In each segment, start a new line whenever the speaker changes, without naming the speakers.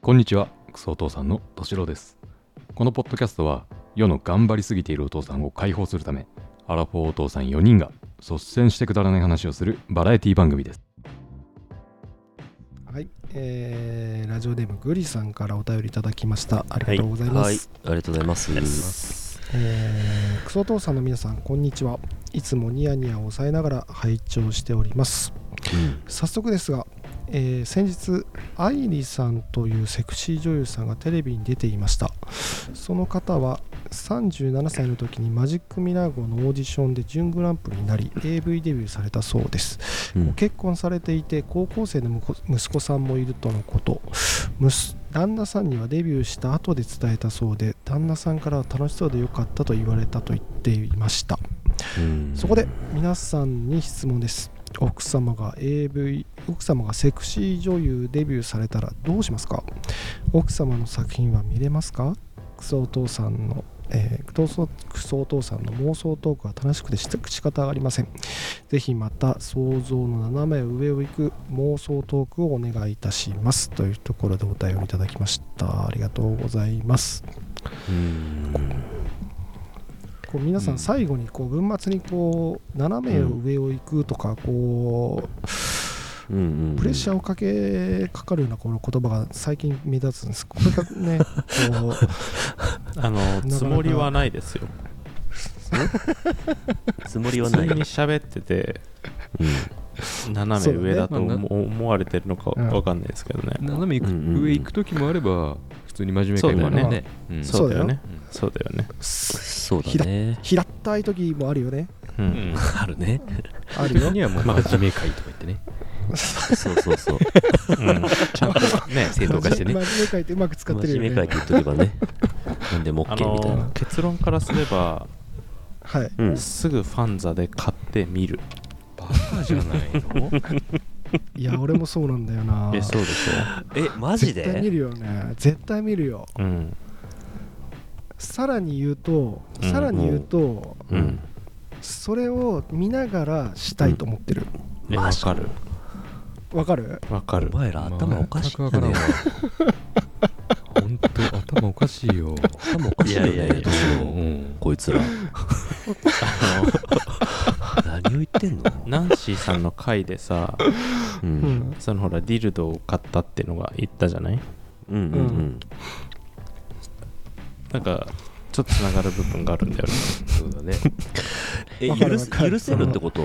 こんにちは、クソお父さんのとしろです。このポッドキャストは、世の頑張りすぎているお父さんを解放するため、アラフォーお父さん4人が率先してくだらない話をするバラエティ番組です。
はい、えーラジオネームグリさんからお便りいただきましたありがとうございます、
はい、ありがとうございます。
えークソ父さんの皆さんこんにちはいつもニヤニヤを抑えながら拝聴しております早速ですが、えー先日アイリさんというセクシー女優さんがテレビに出ていましたその方は37歳の時にマジックミラー号のオーディションで準グランプリになり AV デビューされたそうです
うん
ご結婚されていて高校生のむこ息子さんもいるとのことむす旦那さんにはデビューした後で伝えたそうで旦那さんからは楽しそうでよかったと言われたと言っていました
うん
そこで皆さんに質問です奥様が AV 奥様がセクシー女優デビューされたらどうしますか奥様の作品は見れますかクソお父さんの、えークトソクソお父さんの妄想トークは楽しくてし仕方ありませんぜひまた想像の斜め上を行く妄想トークをお願いいたしますというところでお便りいただきましたありがとうございます
うん
こう皆さ
うん
ん最後にこう文末にこう斜め上を行くとかこ
うんうんうん
うプレッシャーをかけかかるようなこの言葉が最近目立つんですこれがねこう
あの
かなか
つもりはないですよ
つもり
普
は
通
ない
に。喋ってて
うん
斜
そう
め
だね
上だと
まあ
思思われてるのか
うん
わかんないですけどね、
斜め行く、
うんうんうん
上行く時もあれば、普通に真面目会もある
そうだよ
ね
ね。
うん
そ
そうだよね
うだよ
そうだよね
そうだね。
平ったい時もあるよね
う
うん
ん、
あるね。
あるよ
時 にはもう
まあ
真面目会とか言ってね、
そうそうそう。
うんちゃんとね
正当化してね。
真面目書いてうまく使ってる
真
よね
面目会って言っとけばね。なんでも
あ
OK みたい
の
な。
結論からすれば
はい
うん。
すぐファンザで買ってみる
バカじゃないの
いや俺もそうなんだよな
えそうでし
え、マジ
絶対見
で
るよね絶対見るよ
ょうん
さらに言うと
うん
さらに言うと、
うん
それを見ながらしたいと思ってる
えわ
マジ
かる
わかる
わかる
お前ら頭おかしいよ
全くわ
ね。
からんわ本当頭おかしいよ。
頭おかしいよ
いやいやい
ね
や。
どうしよ
う
うんこいつら。
あの
何を言ってんの
ナンシーさんの回でさ
う。
うんん
そのほらディルドを買ったってのが言ったじゃない
うんうんうん。
なんかちょっとつながる部分があるんだよね
そうだね。
え、
わか
許
るわ
す
かる
許せるってこと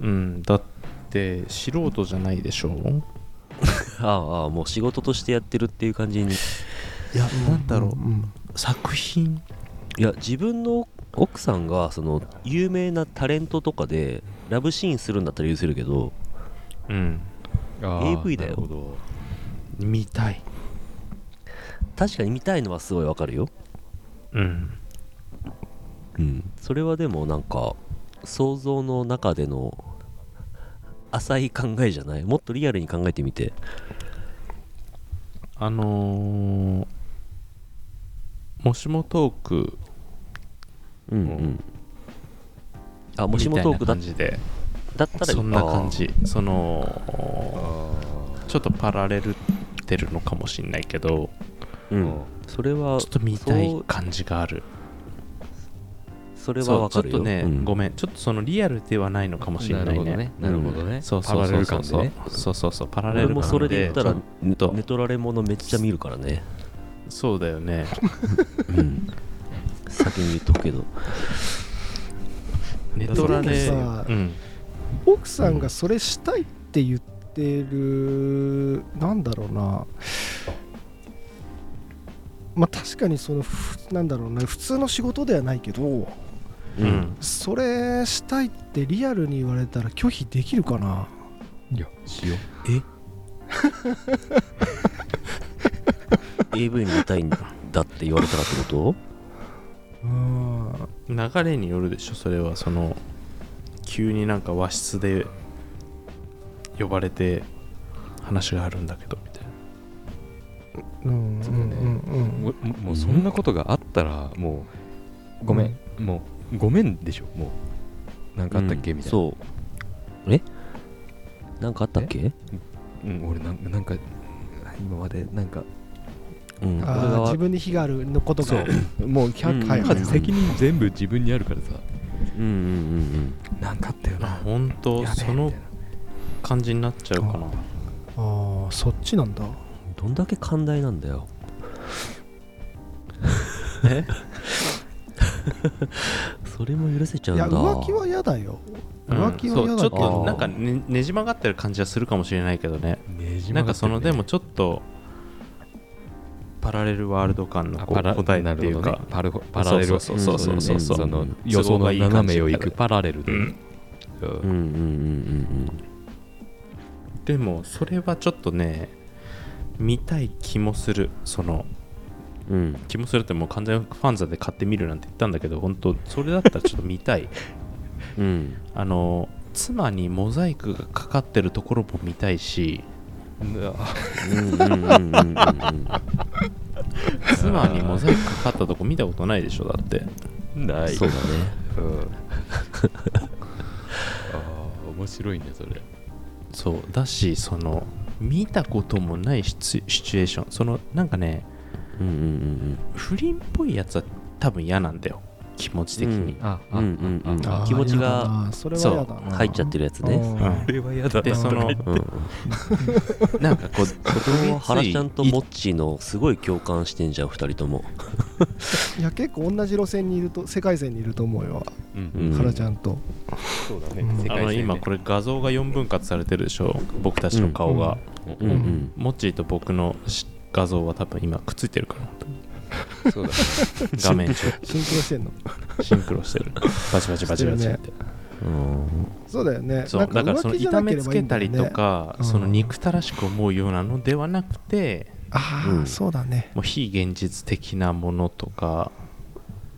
うんだって素人じゃないでしょ
ああああ、もう仕事としてやってるっていう感じに。
いやなんだろ
う
うん作品
いや自分の奥さんがその有名なタレントとかでラブシーンするんだったら許せるけど
うん
あー
AV だよ
なるほど
見たい
確かに見たいのはすごいわかるよ、
うん
うん、それはでもなんか想像の中での浅い考えじゃないもっとリアルに考えてみて
あのーもしもトーク
うんうんあもしもトークだ
みたいな感じで
だったら
そんな感
あ
じそのちょっとパラレルってるのかもしんないけど
ーうんそれは
ちょっと見た
そ
いう感じがある
それは
そう
わ
ち
か
ょっ
るよ
とね、
うん
ごめんちょっとそのリアルではないのかもしれないね
なるほどね。
そう
パ
そう
ラレ
そう
ル
そ
感
う
でね。
そうそうそうパラレ
俺
ル
も
感
それで言ったら
ちょ
ネ
と
トラレものめっちゃ見るからね
そうだ よね
うん先に言っとくけど
ネトラで、
そうれさ
ん、
奥さんがそれしたいって言ってるなんだろうなまあ確かにそのふなんだろうな普通の仕事ではないけど
う
うんん、
それしたいってリアルに言われたら拒否できるかない
や、しよう。
AV に見たいんだって言われたらってこと
うん
流れによるでしょそれはその急になんか和室で呼ばれて話があるんだけどみ
う
たいな
んうんうん
もももうそんなことがあったら、もう、ごめん、もう、ごめんでしょ、もう。なんかあったっけ、
うん
みたいな。
そうえなんかあったっけ
うん、俺なんか、なんか、
今までなんか
うん、
あ
これ
ー
が
自分に火があるのことが
もう100
は
回
いはい
発
はい
責任
全部自分にあるからさ
うんうん
なんかあったよな
あ本当
やべえ
その
みたいな
感じになっちゃうかな
ああそっちなんだ
うんどんだけ寛大なんだよ
え
それも許せちゃう
い
んだ
や浮気は嫌だよ 浮気は
そ
嫌
う
だ
ちょ
け
っ
ど、
となんかねねじ曲がってる感じはするかもしれないけどね
ねじ
な
曲がってるね
んかそのでもちょっとパラレルワールド感の
あ
こう答えっていうか、
なるほどねパラパラレル
そうそうそうそうそううん
その
うん
予想
都合
の
がいい感じ
斜めを行くパラレルで、
うん
うん
うんうんうんうん
でもそれはちょっとね見たい気もするその
うんうん
気もするってもう完全ファンザで買ってみるなんて言ったんだけど本当それだったらちょっと見 たい
うん
あの妻にモザイクがかかってるところも見たいし
うんうんうんうんうん
妻にモザイクかかったとこ見たことないでしょだって
な
そうだね
うんああ面白いねそれ
そうだしその見たこともないシチュシチュエーションそのなんかね
うんうんうん
不倫っぽいやつは多分嫌なんだよ気持ち的に、
あ
うんうんうん
あー
気持ちが
嫌だなそれは嫌だ
うん
な
入っちゃってるやつ
う
ね
ん
うん
れは嫌だ
でそ の
うん
なんかこうそ
うん原ちゃんとモッチーのすごい共感してんじゃん二人とも
いや結構同じ路線にいると世界線にいると思うよ、
うん
うん
原ちゃんと
そうだ
うん
ね
あの今これ画像が4分割されてるでしょ僕たちの顔が、
うんうん
モッチーと僕のし画像は多分今くっついてるから本当に
れそうだね
画面中
シンクロしてんの
シンクロしてるバチバチバチバチって
うん
そうだよね
そうだからその痛めつけたりと
あ
か
うん
その憎たらしく思うようなのではなくて
あー、
うん
そうだね
もう非現実的なものとか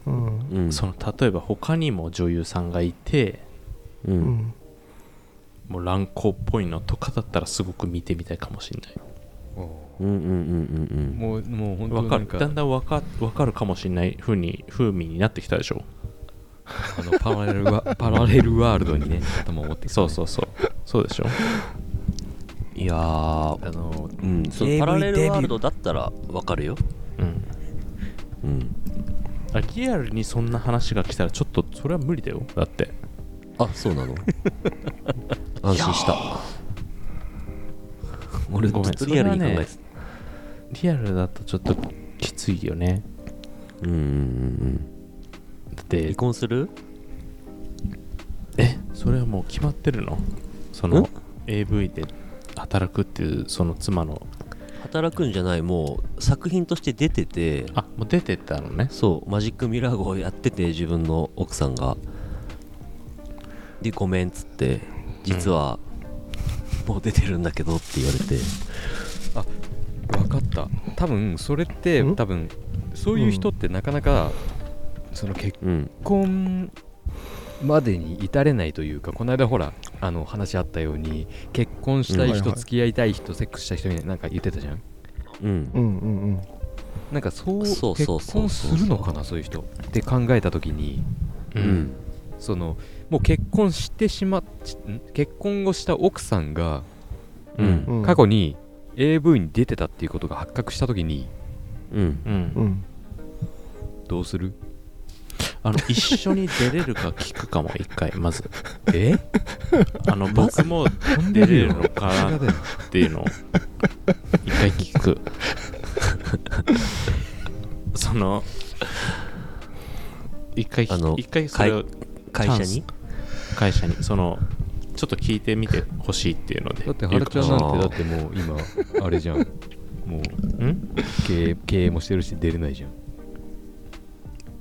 うん
うん
その例えば他にも女優さんがいて
う
うんん
もう乱行っぽいのとかだったらすごく見てみたいかもしれない
うんうんうんうん
もうもう本当
わ
な
か
ん
る
か
だんだんわかわかるかもしれない風に風味になってきたでしょ
あのパラレルワ パラレルワールドにね頭を持ってきた
そ
ね
うそうそうそうでしょ
いやー
あの
うんそう
AV
パラレルワールドだったらわかるよ
うん
うん
あリアルにそんな話が来たらちょっとそれは無理だよだって
あそうなの 安心した俺
ごめん
ずっとリアルに考えて
そリアルだとちょっときついよね
たうんうんうん
だっ
離
て
婚する
えそれはもう決まってるのそ
ん
の AV で働くっていうその妻の
働くんじゃないもう作品として出てて
あもう出てったのね
そうマジックミラー号をやってて自分の奥さんがでごめんっつって実は、もう出てるんだけどって言われて
分かった多分それって
ん
多分そういう人ってなかなか、その結
うん
婚までに至れないというかこの間ほらあの話あったように結婚したい
うんはい
人、
はい
付き合いたい人セックスしたい人みたいななんか言ってたじゃん
うん
うんうんうん
なんかそう
そうそうそう
結婚するのかなそういう人って考えた時に
う
うん
そのもう結婚してしまっ結婚をした奥さんが
うん
うん
うん
過去に AV に出てたっていうことが発覚した時に
うん
うん
うん
どうする
あの一緒に出れるか聞くかも一回まず
え
あの僕も出れるのかなっていうのを一回聞くその一回
あの
一回それを
会社に
会社にそのちょっと聞いてみてほしいっていうので
だって
言う
原
か
ち
も
ゃ
し
ん
れ
な
なん
て
い
だってもう今あれじゃんもうん経営経営もしてるし出れないじゃん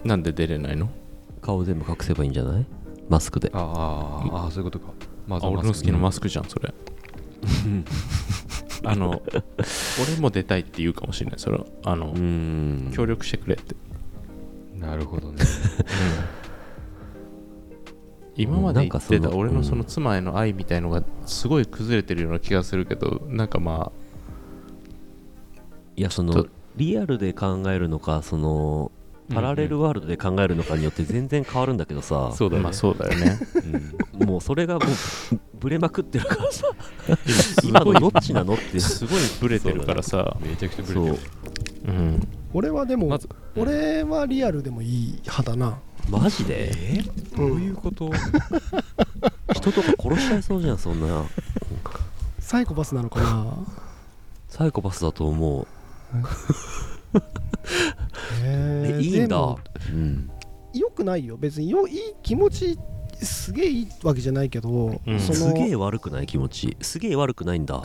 なんで出れないの
顔全部隠せばいいんじゃないマスクで
ああああそういうことかま
あ俺の好きなマス
ク
クじゃんそれあの俺も出たいって言うかもしれないそれはあ
う
の、
ん
協力してくれって、
なるほどね
今まで言って
なんか
た
その
俺のその妻への愛みたいのがすごい崩れてるような気がするけどなんかま
いやそ
ちょ
のリアルで考えるのかそのパラレルワールドで考えるのかによって全然変わるんだけどさ、
そうだよね
まあそうだよね
うんもうそれがもうぶぶれまくってるからさ今のどっちなのって
すごいブレてるからさ
めちゃくちゃブレて
そ
る
う
うん
俺はでも、
まず
俺はリアルでもいい派だな
マジで
うん
どういうこと
人とか殺しちゃいそうじゃんそんな
サイコパスなのかな
サイコパスだと思う
へ
え
ー
いいん
で
だ
も
うん
良くないよ別によいい気持ちすげえいいわけじゃないけど、
うん
そ
すげえ
の
悪くない気持ちすげえ悪くないんだ、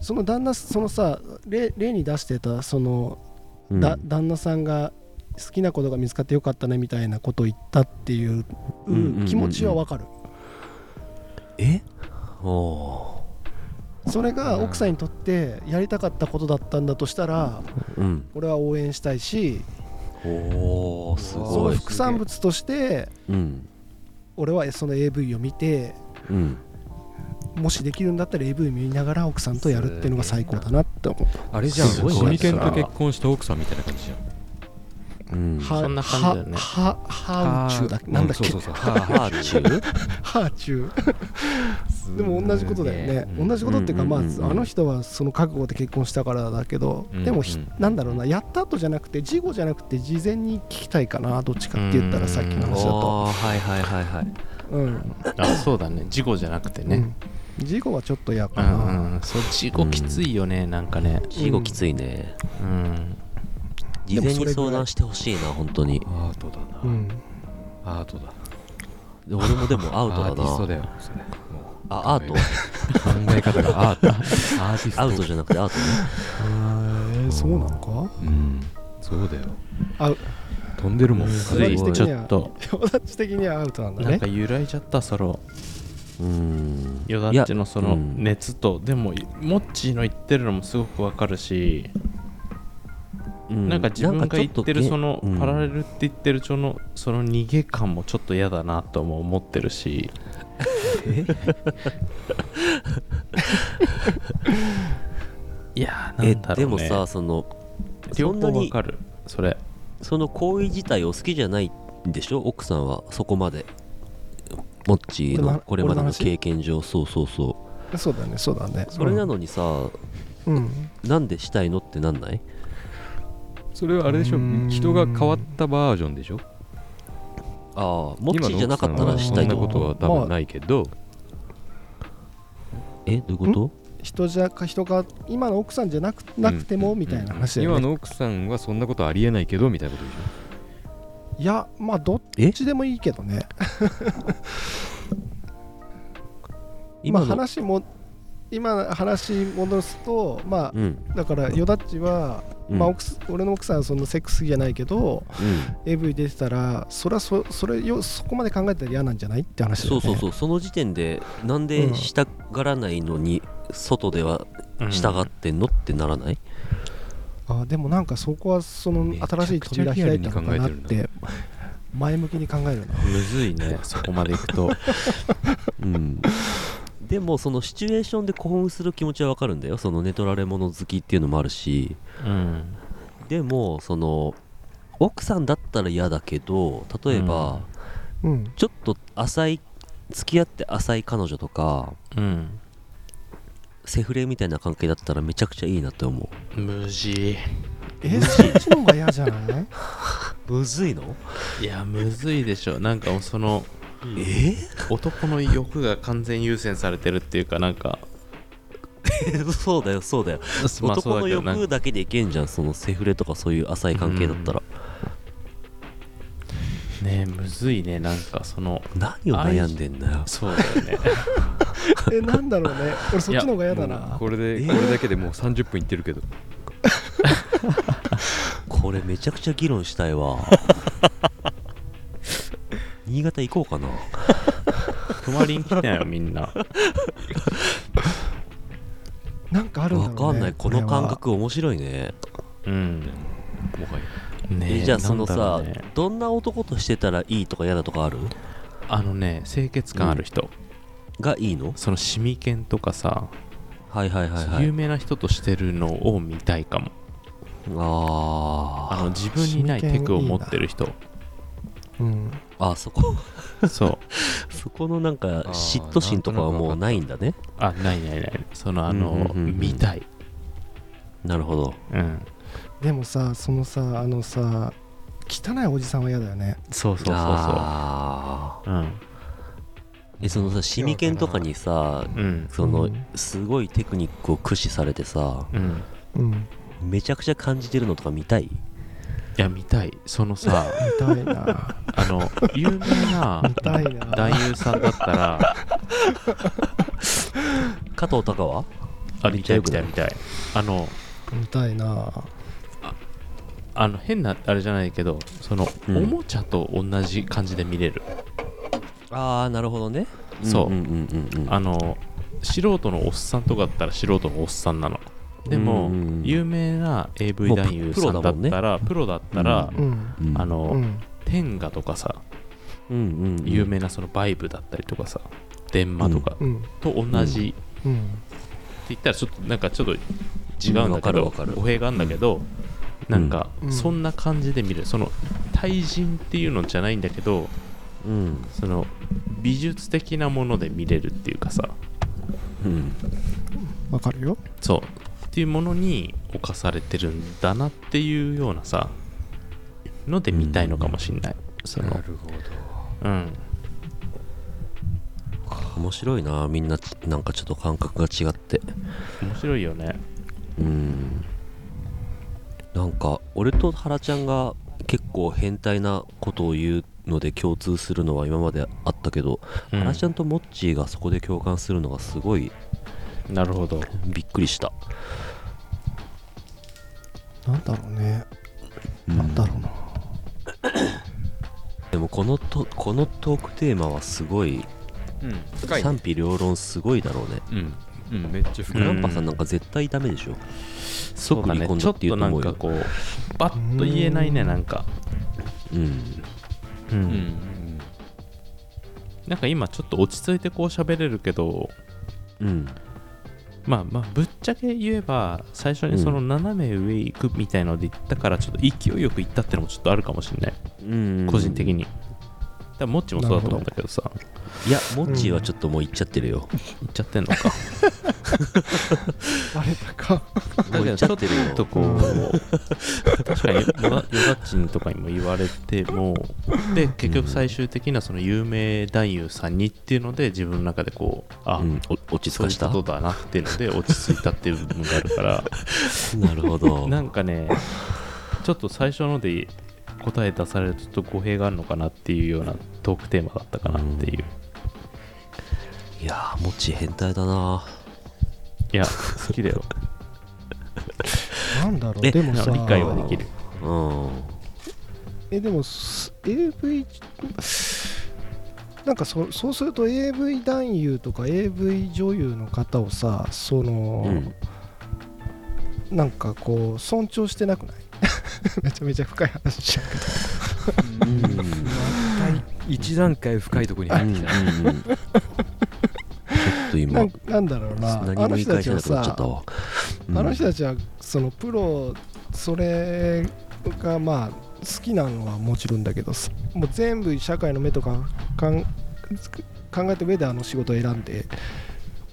その旦那そのさ例例に出してたその、
うん
だ旦那さんが好きなことが見つかってよかったねみたいなこと言ったっていう、
うんうんうんうん
気持ちはわかる
えお
それが奥さんにとってやりたかったことだったんだとしたら
ーうん
俺は応援したいし
おーす
そ
ご
の
い
副産物として
うん
俺はその AV を見て
うん
もしできるんだったら AV 見ながら奥さんとやるっていうのが最高だなって思う
あれじゃん
すごい
シミケンと
なんか
結婚した奥さんみたいな感じじゃん
うん
は
そんな感じだよね
ははハーチューだっけなんだっけ
そうそうそうはあはあ
ハーチュー
ハーチューでも同じことだよね同じことっていうか
うん
まあ
うんうんうん
あの人はその覚悟で結婚したからだけど
うん
でもひ
うん
なんだろうなやった後じゃなくて事後じゃなくて事前に聞きたいかなどっちかって言ったらさっきの話だと
おーはいはいはいはい
うん
あそうだね事故じゃなくて
う
ね
ん事後はちょっと嫌
う
か
ん
な
うんそう事故きついよねなんかね
死後きついね
うん
事前
でもそ
に
れぐらい
相談してほしいな本当に
アートだな、
うん
アートだ
で俺もでもアウ
アーテ
ト
ィストだ
だな
よそれもう
あアート
考え方がアートアーティスト
アウトじゃなくてアートね
へーそうなのか
うんそうだよ
あ
飛んでるもん
むず
す
い
ごい
ちょっと
友達的にはアウトなんだ
なん
ね
か揺らいじゃったその
うーん
よだっちのその
うん
熱と、でもモッチーの言ってるのもすごくわかるし、
うん
なんか自分が言ってるそのパラレ
ル
ルって言ってるそのその逃げ感もちょっと嫌だなとも思ってるし いやー
え
なんだ
で
ろう、
も
ね、
さその
両
そんな
方わ
に
かるそれ
その行為自体を好きじゃないんでしょ奥さんはそこまでモッチーのこ
俺
れ
の
までの
俺の話
経験上そうそうそう
そうだねそうだね
それなのにさ
うん
なんでしたいのってなんない
それはあれでしょ
うん
人が変わったバージョンでしょ
ああモッチーじゃなかった
今の
ら
奥
し
さんはそ
たい
んな
と思
こ
う
とは多分ないけど、
えどういうこと
人じゃか人が今の奥さんじゃなくなくてもみたいな話だよね、
今の奥さんはそんなことありえないけどみたいなことでし
いやまあどっ
え
ちでもいいけどね今
今の、
話も今の話戻すとま
うん
あだからヨダッチは、
うん
まあ、奥す俺の奥さんはそんなセックス好きじゃないけど
うん
AV 出てたらそれはそそれよそこまで考えたら嫌なんじゃないって話だ
そ
よ
う
ね
そうそうその時点でなん
う
で
ん
したがらないのに外では従ってんのってならない
あでもなんかそこはその
めちゃくちゃ
新しい扉開いたのかなっ
リアルに考えて
て前向きに考えるな
むずいねそこまでいく と
うん、でもそのシチュエーションで興奮する気持ちはわかるんだよその寝取られ物好きっていうのもあるし
うん
でもその奥さんだったら嫌だけど例えば、
うん
うん
ちょっと浅い付き合って浅い彼女とか
うん
セフレみたいな関係だったらめちゃくちゃいいなって思
無事
えそっちの方が嫌じゃない
うむずいの
いやむずいでしょなんかもうその
え
男の欲が完全優先されてるっていうかなん か
そうだよそうだよ
まあ
男の
なんか
欲だけでいけんじゃんそのセフレとかそういう浅い関係だったら、
ねえむずいねなんかその
何を悩んでんだよ
そうだよね
えなんだろうね俺そっちの方が嫌だ
いや
な
これで、これだけでもう30分いってるけど
これめちゃくちゃ議論したい わ新潟行こうかな
泊まりに来たよみんな
なんかあるんだろ
わ
うね
かんないこの
れは
感覚面白いね
うん
もはや
ね
えじゃあその
なんだ
さ、
ろうね
どんな男としてたらいいとか嫌だとかある
あのね清潔感ある人、
がいいの
そのシミケンとかさ、
はいはいはいは
有
い
名な人としてるのを見たいかも
あ
あの自分にないテクを持ってる人
うん、
ああそこ
そう
そこのなんか嫉妬心とかはもうないんだね
あないないないそのあの、
うんうんうんうん
見たい、
なるほど
うん、
でもさそのさあのさ汚いおじさんは嫌だよね
そうそうそうそ
あ
ううん
あえそのさシミケンとかにさ
うん
その、
うん
すごいテクニックを駆使されてさ
うん
うん
めちゃくちゃ感じてるのとか見たい
いや見たいそのさ
見たいな
あの有名な
見たいな
男優さんだったら
加藤隆は
あ
見
見
た
た
い
い見たい見たいあの
見たいな
あの変なあれじゃないけどその、
うん
おもちゃと同じ感じで見れる
ああなるほどね
そ
う
う
んうんうんうん
あの素人のおっさんとかだったら素人のおっさんなのでも、
うんうんうん
有名な AV
もうプ
男優さんだったらプロだったら、
うん
うん
あの、
うん
天下とかさ
うんうんうん
有名なそのバイブだったりとかさ電話とか
うん
と同じ、って
うん
言ったらちょっとなんかちょっと違うんだけ
うんわ
ど
かるわかる
語弊があるんだけど、なんか
うん
そんな感じで見るその対人っていうのじゃないんだけど
うん
その美術的なもので見れるっていうかさ
うん
わかるよ
そうっていうものに侵されてるんだなっていうようなさので見たいのかもしんない、その
るほど
うん
面白いなみんななんかちょっと感覚が違って
面白いよね
うんなんか俺と原ちゃんが結構変態なことを言うので共通するのは今まであったけど、
うん
原ちゃんとモッチーがそこで共感するのがすごい
なるほど
びっくりした
なんだろうねなんだろうな
でもこのとこのトークテーマはすごい
うん深いね
賛否両論すごいだろうね
うん、うん、めっちゃ深
グ
い、
ランパさんなんか絶対ダメでしょ、
そうだ
即
ね
離婚
ちょ
だ
っ
って言
と
うと
な
思
ん
う
か
よ
こうバッと言えないねなんか
うん、
う
う
ん、
ん
なんか今ちょっと落ち着いてこう喋れるけど
うん、
まあまあぶっちゃけ言えば最初にその
う
斜め上行くみたいので行ったからちょっと勢いよく行ったってのもちょっとあるかもしれない、
うん
個人的に多分モッチもそうだと思うんだけどさ
いやモッチーはちょっともう行っちゃってるよ、
行っちゃってんのか
バレたか
もう行っちゃってるよ
ちょっとこう 確かにヨガヨガチンとかにも言われてもで結局最終的なその有名男優さんにっていうので自分の中でこうあ、
うん、お落ち着
そ
か
ういう
した
ことだなっていうので落ち着いたっていう部分があるから
なるほど
なんかねちょっと最初ので答え出されるとちょっと語弊があるのかなっていうようなトークテーマだったかなっていう、
いやーモッチー変態だない
や好きだよ
なんだろう
え
でもさ
理解はできる
うん
えでもす AV なんかそそうすると AV 男優とか AV 女優の方をさその、
うん
なんかこう尊重してなくない めちゃめちゃ深い話しちゃうけど
一段階深いところに
うん
入ってきた。
うんうんちょっと
な
今
んなんだろうな
何
あの
も言い
人た
返
ち
せな
は
くなっちゃった
さ、
わうん
あの人たちはそのプロそれがまあ好きなのはもちろんだけどさもう全部社会の目とかかん考えた上であの仕事を選んで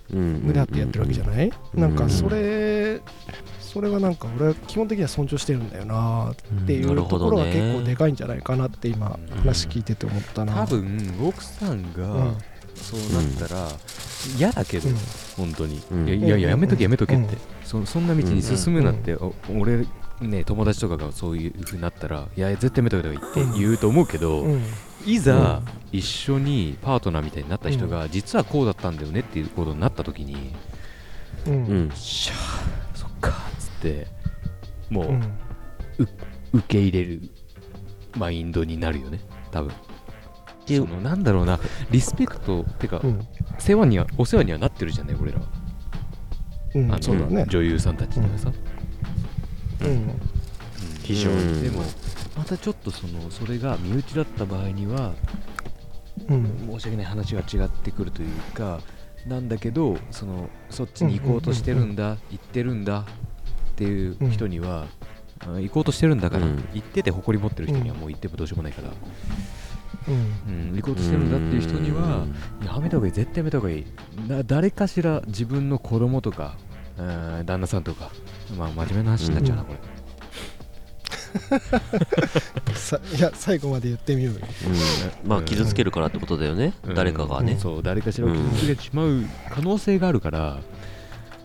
無駄ってやってるわけじゃ
い
ない、
うん
なんかそれそれはなんか俺は基本的には尊重してるんだよなっていう
なる
と
ほ
こ
ど
ろ
ね
が結構でかいんじゃないかなって今話聞いてて思ったな、
多分奥さん
うん
がそうなったら嫌だけど
うん、
本当に
うん
いやいやいややめとけやめとけ
う
っ
ん
てそそんな道に進むなってお俺ね友達とかがそういう風になったらいや絶対やめといた方がいいって言うと思うけ
う
ど
ん
いざ一緒にパートナーみたいになった人が実はこうだったんだよねっていうことになった時に
うん
う
うん
ん
しゃあそっかっつってもう、
うん
受け入れるマインドになるよね多分
ていう
そのなんだろうなリスペクトってか、
うん
世話にはお世話にはなってるじゃない俺らは
うん
あの
そうだね、
女優さんたちにはさ、
うん
非常
う
に
ん
でもまたちょっとそのそれが身内だった場合には
うん
申し訳ない話が違ってくるというかなんだけどそのそっちに行こうとしてるんだ、行ってるんだっていう人には、うん行こうとしてるんだから、
うん
行ってて誇り持ってる人にはもう行ってもどうしようもないから、
うん
うん行こうとしてるんだっていう人にはいややめた方がいい絶対やめた方がいいな誰かしら自分の子供とかうん旦那さんとかまあ真面目な話になっちゃうな、
うん
これ
さいや最後まで言ってみようよ
うんまあ傷つけるからってことだよね、
うん
誰かがね、
そう誰かしらを傷つけてしまう可能性があるから、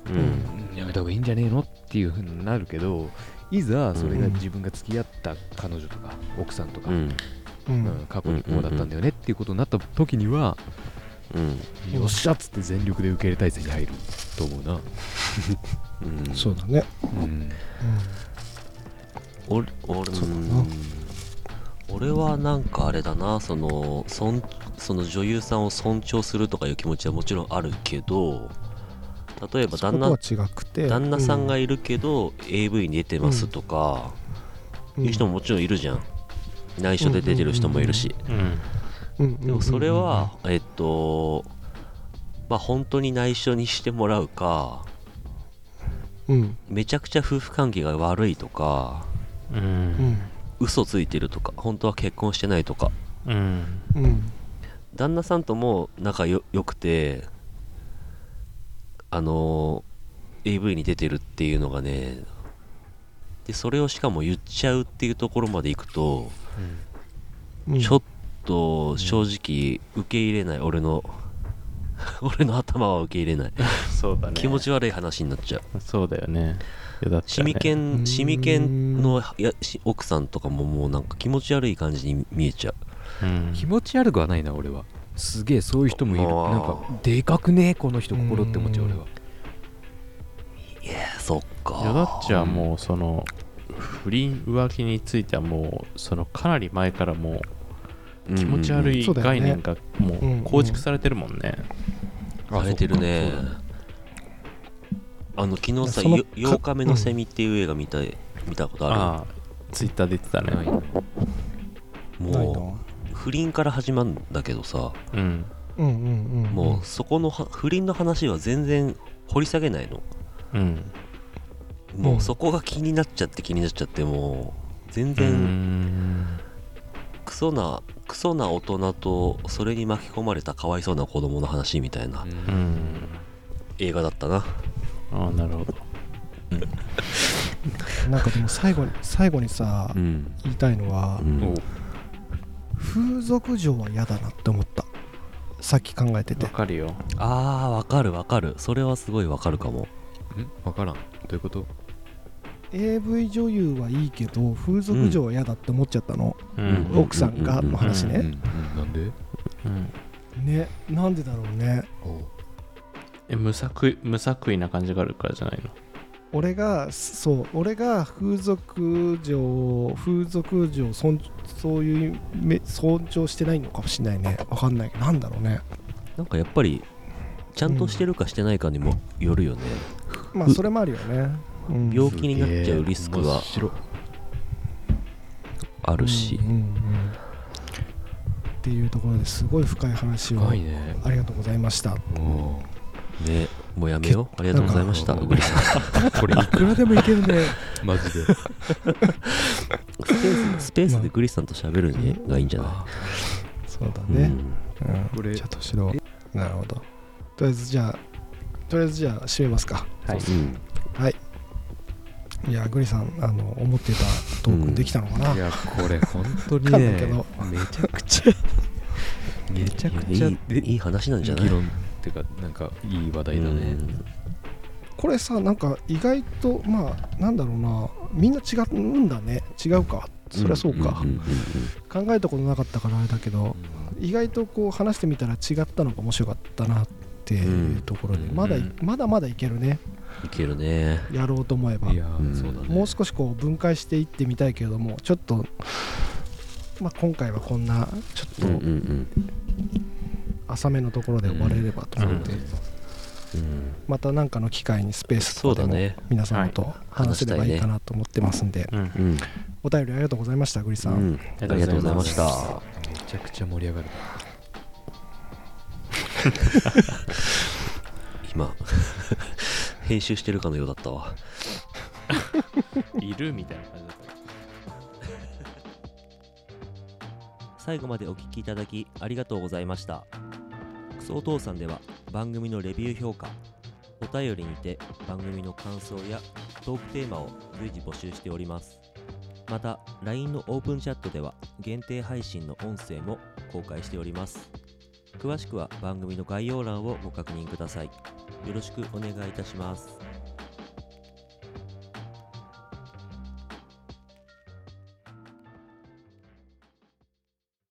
うん
うんやめた方がいいんじゃねえのっていうふうになるけどいざそれが自分が付き合った彼女とか奥さんとか、
うん
う
う
ん
ん過去にこうだったんだよねっていうことになった時には、
うん
うん
よっしゃっつって全力で受け入れ体制に入ると思うな、
うん
そうだね、
俺俺
そうだな
うん俺はなんかあれだなその尊その女優さんを尊重するとかいう気持ちはもちろんあるけど例え
うん、
ば
そ
旦
こと
那
は違くて
旦那さんが
い
いるけど、AV に出てますとか、いう人ももちろんいるじゃん内緒で出てる人もいるし、
うん
でもそれは、えっとまあ本当に内緒にしてもらうか
うん
めちゃくちゃ夫婦関係が悪いとか
う
うんん
嘘ついてるとか本当は結婚してないとか
うん
うん
旦那さんとも仲よ良くてあの AV に出てるっていうのがねでそれをしかも言っちゃうっていうところまでいくと、
うん
ちょっと正直受け入れない俺の 俺の頭は受け入れない
そうだね
気持ち悪い話になっちゃう
そうだよねいやだってね
シミケン、
うん
シミケンのやし奥さんとかももうなんか気持ち悪い感じに見えちゃう
うん
気持ち悪くはないな俺はすげえそういう人もいる
あー
なんかでかくねえこの人心って思っちゃう俺は
えーそっ
いやだ
か
っちはもうその不倫浮気についてはもうそのかなり前からもう気持ち悪
い
い
そうだよね
概念がもう構築されてるもんね
されてるねあの昨日さ
その
よ8日目のセミっていう映画見た見たことあ
ああツイッターで言ってた
ない
ね
る
ない
も
な
う不倫から始まるんだけどさ
うん
うんうんうん
もうそこのは不倫の話は全然掘り下げないの
うん
も
うん
うそこが気になっちゃって気になっちゃってもう全
う
然
ん
クソなクソな大人とそれに巻き込まれたかわいそうな子供の話みたいな
うん
映画だったな
ああなるほど
なんかでも最後に最後にさ、
うん
言いたいのは、
うん
風俗嬢は嫌だなって思ったさっき考えてて
わかるよ
あーわかるわかるそれはすごいわかるかも
分からんどういうこと
AV 女優はいいけど風俗嬢は嫌だって思っちゃったの、
うん
奥さんがの話ね、
うんなんで
うん
ねなんでだろうね
え無作為無作為な感じがあるからじゃないの
俺がそう俺が風俗嬢風俗嬢尊そういうめ尊重してないのかもしれないねわかんないけどなんだろうね
なんかやっぱりちゃんとしてるかしてないかにもよるよね、
まあそれもあるよね、うん、
病気になっちゃうリスクは
すげえ面白い
あるし
うんうんうんっていうところですごい深い話を
深いね
ありがとうございました
も
ねもうやめようありがとうございました
なんか
うぐりさん
うこれいくらでもいけるねマジで
スペーススペースでグリさんと喋るねがいいんじゃな
そうだ
い、
ね、うん、
これ
じゃあ敏郎なるほどとりあえずじゃあとりあえずじゃあ締めますか
はい
うん、うん
いやグリさんあの思ってたトークできたのかな、
いやこれ本当に
わかんないけ
ね
ど
めちゃくちゃめちゃく
い
ち
や
ゃ
いいいい話なんじゃない
議論っていうかなんかいい話題だね
これさなんか意外とまあなんだろうなみんな違うんだね違うかそりゃそうか、
うんうん
考えたことなかったからあれだけど意外とこう話してみたら違ったのが面白かったなっていうところで、
うん
まだい
うん
まだまだいけるね
いけるね
やろうと思えば
いやー
うん
そうだね
もう少しこう分解していってみたいけれどもちょっと、まあ、今回はこんなちょっと、
うんうん
浅めのところで終われればと思って、
う
うん
まそまた何かの機会にスペースと
そう
か
だ
でも
ね
皆さんと話せればいいかなと思ってますんで、
うん
うん、うん、
お便りありがとうございましたグリさん、
ありがとうございました
めちゃくちゃ盛り上がる
今編集してるかのようだったわ
いるみたいな感じだった
最後までお聞きいただきありがとうございましたクソお父さんでは番組のレビュー評価お便りにて番組の感想やトークテーマを随時募集しておりますまた LINE のオープンチャットでは限定配信の音声も公開しております詳しくは番組の概要欄をご確認くださいよろしくお願いいたします